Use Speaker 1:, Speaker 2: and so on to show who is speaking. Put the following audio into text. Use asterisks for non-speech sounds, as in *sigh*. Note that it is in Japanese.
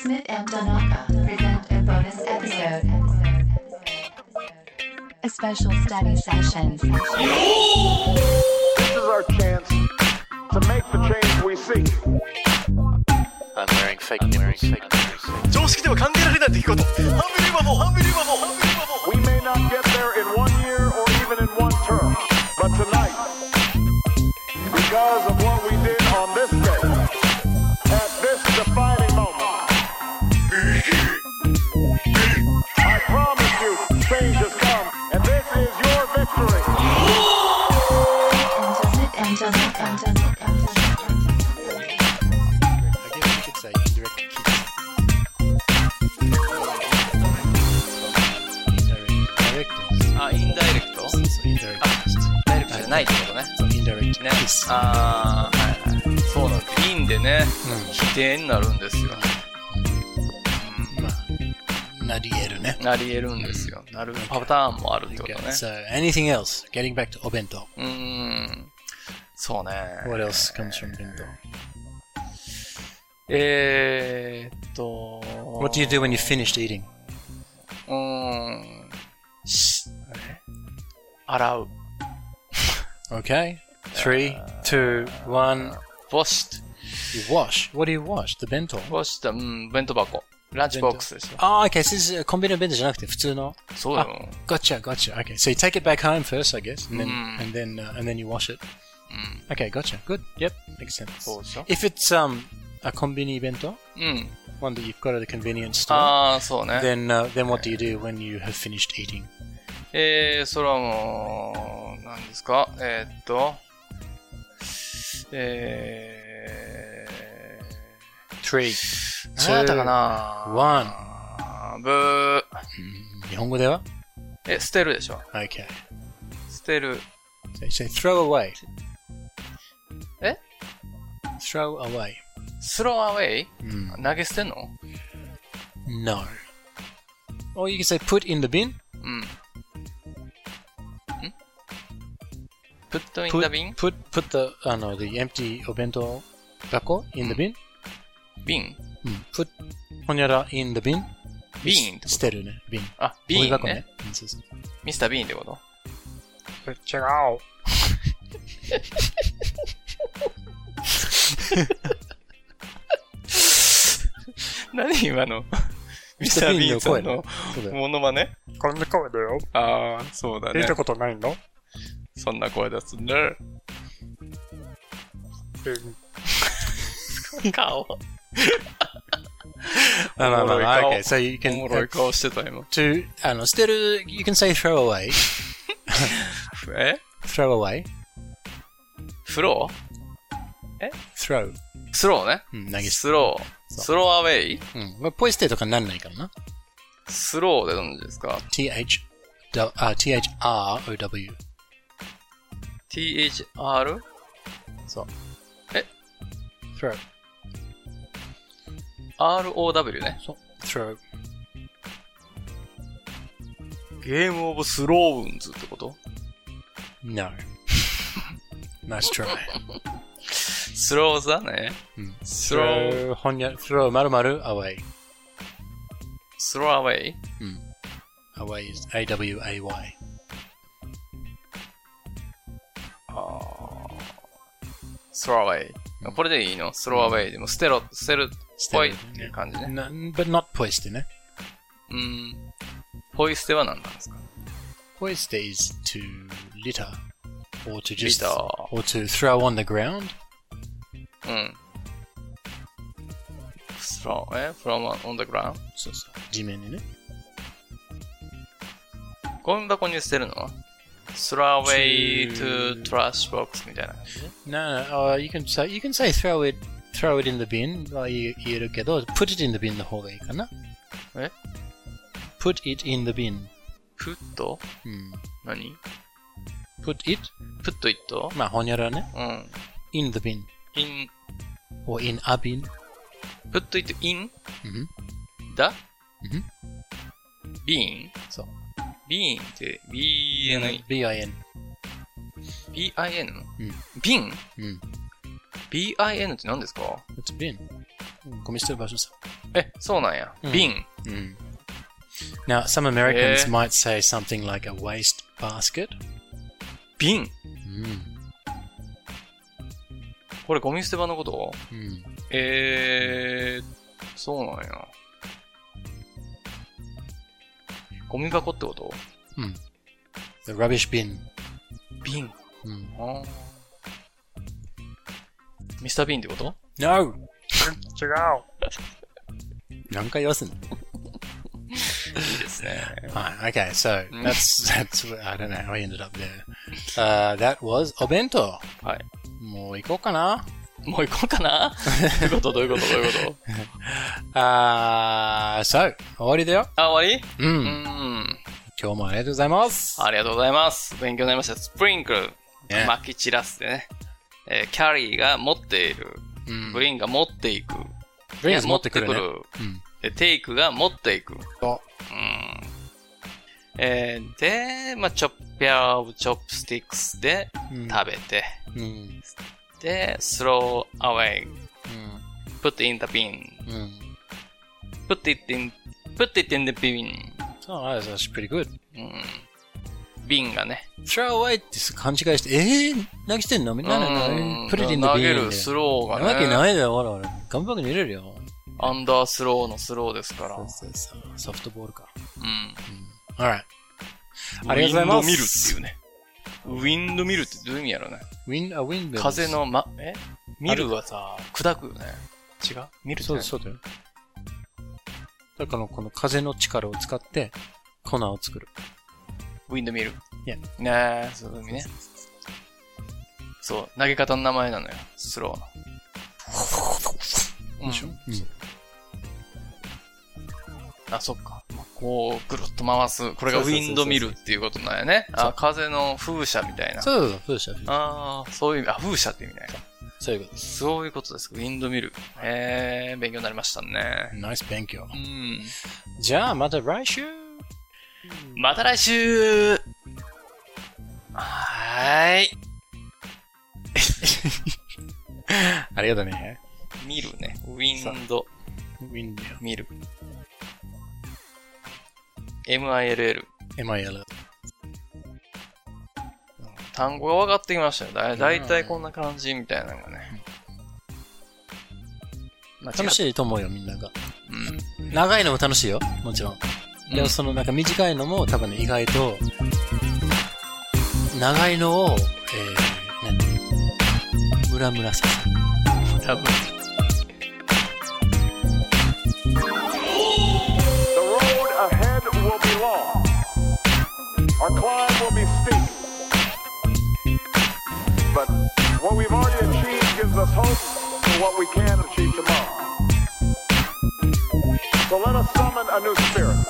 Speaker 1: Smith and Donaka present a bonus episode. A special study session.
Speaker 2: This is our chance to make the change we seek.
Speaker 3: I'm wearing fake nipples. I'm
Speaker 4: 常識では考えられない出来事ハンビリーバボーハンビリーバボーハンビリーバボー
Speaker 2: We may not get there in one year or even in one term, but tonight, because of what we did on this day, at this defining moment, I promise you, change has come, and this is your victory.
Speaker 1: Smith and Donaka.
Speaker 3: I guess you could say indirect kiss. Indirect. Direct.
Speaker 5: あ、インダイレクト
Speaker 3: So indirect.
Speaker 5: あ、ダイレクトじゃないってことね。
Speaker 3: So indirect
Speaker 5: ね
Speaker 3: kiss.。
Speaker 5: あー、はいはい。そうなんです。インでね、否定になるんですよ。
Speaker 3: まあ、なり得るね。
Speaker 5: なり得るんですよ。なるパターンもあるってことね
Speaker 3: Okay,。So anything else? Getting back to obento.
Speaker 5: うーん。そうね。
Speaker 3: What else comes from bento?
Speaker 5: えーっと。
Speaker 3: What do you do when you finished eating?
Speaker 5: うーん。し、あれ洗う。
Speaker 3: Okay. Three, two, one.
Speaker 5: ボシ
Speaker 3: You wash. What do you wash? The bento.
Speaker 5: ボシった、うん、弁当箱。ランチボックスでしょ。
Speaker 3: Ah, okay. So this is a combined bento じゃなくて普通の。
Speaker 5: そうよ。
Speaker 3: Ah, Gotcha, gotcha. Okay, so you take it back home first, I guess, and then and then uh, and then you wash it. Okay, gotcha. Good. Yep, makes sense.
Speaker 5: So, so.
Speaker 3: If it's um a kombini bento,
Speaker 5: うん。
Speaker 3: one that you've got at a convenience store,
Speaker 5: あー、そうね。
Speaker 3: then uh, then what do you do when you have finished eating?
Speaker 5: えー、それはもう、何ですかえー、っと、え
Speaker 3: Three.
Speaker 5: ー、そうやったかな
Speaker 3: One.
Speaker 5: あーブー。
Speaker 3: Nihongo dewa?
Speaker 5: え、捨てるでしょ
Speaker 3: Okay.
Speaker 5: 捨てる。
Speaker 3: So you say throw away.
Speaker 5: Eh?
Speaker 3: Throw away.
Speaker 5: スローアウェイ
Speaker 3: Mm.
Speaker 5: 投げ捨てんの
Speaker 3: No. Or you can say put in the bin.
Speaker 5: うん。んプットイン
Speaker 3: Put
Speaker 5: ダビン
Speaker 3: put put the uh, no, the empty obento bako in the bin.
Speaker 5: 瓶
Speaker 3: うん。put ほにゃら in the bin.
Speaker 5: ビーンってこと
Speaker 3: 捨てるね。bin。eh?
Speaker 5: あ、
Speaker 3: ゴ
Speaker 5: ビ
Speaker 3: ミ
Speaker 5: ーン
Speaker 3: 箱
Speaker 5: ね。。
Speaker 3: うんそうそう
Speaker 5: ミスタービーンってこと違う。 *laughs* 何今のミスタービーンさんの
Speaker 3: そうだよ
Speaker 5: モノマネ
Speaker 6: こんな声だよ。
Speaker 5: ああ、そうだ
Speaker 6: 出
Speaker 5: ね
Speaker 6: た。ことないの
Speaker 5: そんな声出すね。顔。
Speaker 3: まあまあまあまあ
Speaker 5: おもろ
Speaker 3: okay,
Speaker 5: い顔お
Speaker 3: so you can
Speaker 5: もろい顔してた今。
Speaker 3: to あの捨てる you can say throw away,
Speaker 5: え
Speaker 3: throw away,
Speaker 5: フロ
Speaker 3: throw Hmm,
Speaker 5: ースローね。
Speaker 3: うん投げ捨
Speaker 5: スロー。
Speaker 3: そう
Speaker 5: スローアウェイ
Speaker 3: て。うん。まあポイ捨てとかなんないからな。
Speaker 5: スローで何ですか
Speaker 3: t h あ t h r o w
Speaker 5: ?thr?
Speaker 3: そう。
Speaker 5: え
Speaker 3: throw
Speaker 5: ?row ね。
Speaker 3: そう throw
Speaker 5: ゲームオブスローウンズってこと
Speaker 3: no *laughs* nice try
Speaker 5: スローズだね。
Speaker 3: うん
Speaker 5: スロー、
Speaker 3: ほにゃ throw まるまる away
Speaker 5: スローアウェイ
Speaker 3: away is a w a y
Speaker 5: スローアウェイ。これでいいのスローアウェイ。でも捨てろ、捨てるっぽいっていう感じね。
Speaker 3: な but not ポイ捨てね。
Speaker 5: うん。ポイ捨ては何なんですか
Speaker 3: Poise is to litter or to just
Speaker 5: Litter.
Speaker 3: or to throw on the ground.
Speaker 5: うん。スロー、え ?from on the ground?
Speaker 3: そうそう。地面にね。
Speaker 5: ゴミ箱に捨てるのはスローアウェイ to trash box みたいな感じ
Speaker 3: No, no. Uh, you can say you can say throw it throw it in the bin. は言えるけど、put it in the bin の方がいいかな。
Speaker 5: え
Speaker 3: ?put it in the bin.
Speaker 5: プット
Speaker 3: うん。
Speaker 5: 何
Speaker 3: put it
Speaker 5: プットイット
Speaker 3: まあ、ほにゃらね。
Speaker 5: うん。
Speaker 3: in the bin
Speaker 5: in,
Speaker 3: or in a bin. Mm-hmm.
Speaker 5: プットイット in?
Speaker 3: うん。
Speaker 5: だ
Speaker 3: うん
Speaker 5: ビーン
Speaker 3: そう。
Speaker 5: ビーンって、B-N-I、
Speaker 3: bin.
Speaker 5: B-I-N?
Speaker 3: うん
Speaker 5: ビン
Speaker 3: うん。
Speaker 5: ?B-I-N って何ですか
Speaker 3: It's bin. Hmm. Kommer stöva sig.
Speaker 5: え、そうなんや。
Speaker 3: ん
Speaker 5: 瓶。
Speaker 3: Now, some Americans
Speaker 5: Yeah.
Speaker 3: might say something like a waste basket.
Speaker 5: 瓶
Speaker 3: Mm.
Speaker 5: これゴミ捨て場のこと
Speaker 3: Mm.
Speaker 5: えー、そうなんや。ゴミ箱ってこと
Speaker 3: The rubbish bin.
Speaker 5: 瓶。
Speaker 3: Mm.
Speaker 5: あーミスター・ビーンってこと
Speaker 3: No!
Speaker 5: 違う。
Speaker 3: Nanka yosin.
Speaker 5: いいですね。
Speaker 3: Fine. Okay, so
Speaker 5: Mm.
Speaker 3: that's *laughs* that's where- I don't know how I ended up there. Uh, that was obento.
Speaker 5: はい。
Speaker 3: もう行こうかな。
Speaker 5: もう行こうかなどういうことどういうことどういうこと
Speaker 3: Uh,
Speaker 5: あ、
Speaker 3: so
Speaker 5: 終わりう
Speaker 3: 終わりだよ。うん。
Speaker 5: ん。
Speaker 3: 今日もありがとうございます。
Speaker 5: ありがとうございます。勉強になりました。スプリンクル。
Speaker 3: ね
Speaker 5: 撒き散らすでね。えーキャリーが持っている。
Speaker 3: うん
Speaker 5: ブリンが持っていく。
Speaker 3: ブリンズ
Speaker 5: いや
Speaker 3: 持ってくるね
Speaker 5: 持
Speaker 3: うん
Speaker 5: で、テイクが持っていく。
Speaker 3: そう
Speaker 5: うん。えーで、まあ、チョッピャーオブチョップスティックスで
Speaker 3: うん
Speaker 5: 食べて、
Speaker 3: うん
Speaker 5: で、スローアウェイ、put in the bin,
Speaker 3: うんうん
Speaker 5: put it in, put it in the bin.
Speaker 3: Oh, that's actually pretty good.
Speaker 5: うん。瓶がね。
Speaker 3: Throw away って勘違いして、えぇ、投げてんのみんなの
Speaker 5: うん
Speaker 3: put it in the
Speaker 5: 投
Speaker 3: bin.
Speaker 5: げるスローが
Speaker 3: な
Speaker 5: ね。
Speaker 3: わけないだよ、ほらほら。紙箱に入れるよ。
Speaker 5: アンダースローのスローですから。うん。
Speaker 3: そうそうそうソフトボールか。Alright. ありがとうございま
Speaker 5: ウィン
Speaker 3: す
Speaker 5: ドミルっていうね。ウィンドミルってどういう意味やろうね。
Speaker 3: Wind, a wind
Speaker 5: 風。の、ま、えミルはさ、砕くよね。違うミルって
Speaker 3: そう
Speaker 5: 何
Speaker 3: だ、そうだよ。だから、この風の力を使って、粉を作る。
Speaker 5: ウィンドミル。
Speaker 3: Yeah.
Speaker 5: ねえ、そういう意味ね。そう、投げ方の名前なのよ。スローの。
Speaker 3: *laughs* でしょ
Speaker 5: うん
Speaker 3: うん
Speaker 5: あ、そっか。まあこう、ぐるっと回す。これがウ
Speaker 3: そうそうそうそ
Speaker 5: ィ
Speaker 3: う
Speaker 5: ンドミルっていうことなんやね。あ、風の風車みたいな。
Speaker 3: そうそうそう、そうでしょ
Speaker 5: ああ、そういう意味、あ、風車って意味ね。
Speaker 3: そういうことです。
Speaker 5: そういうことです。ウィンドミル。へえ、勉強になりましたね。
Speaker 3: ナイス勉強
Speaker 5: う。ん。
Speaker 3: じゃあ、また来週
Speaker 5: また来週はーい。
Speaker 3: ありがとうね。
Speaker 5: 見るね。ウィンド
Speaker 3: Wind
Speaker 5: 見る。MILL。
Speaker 3: MIL。
Speaker 5: 単語が分かってきましたよ。だだいたいこんな感じみたいなのがね。ま
Speaker 3: 楽しいと思うよ、みんなが。
Speaker 5: い。うん。
Speaker 3: 長いのも楽しいよ、もちろん。
Speaker 5: う
Speaker 3: で
Speaker 5: ん
Speaker 3: もそのなんか短いのも多分ね、意外と、長いのを、えー、なんていうムラムラさせる。
Speaker 5: 多分。
Speaker 2: The road ahead will be long. Our climb will be steep. But what we've already achieved gives us hope for what we can achieve tomorrow. So let us summon a new spirit.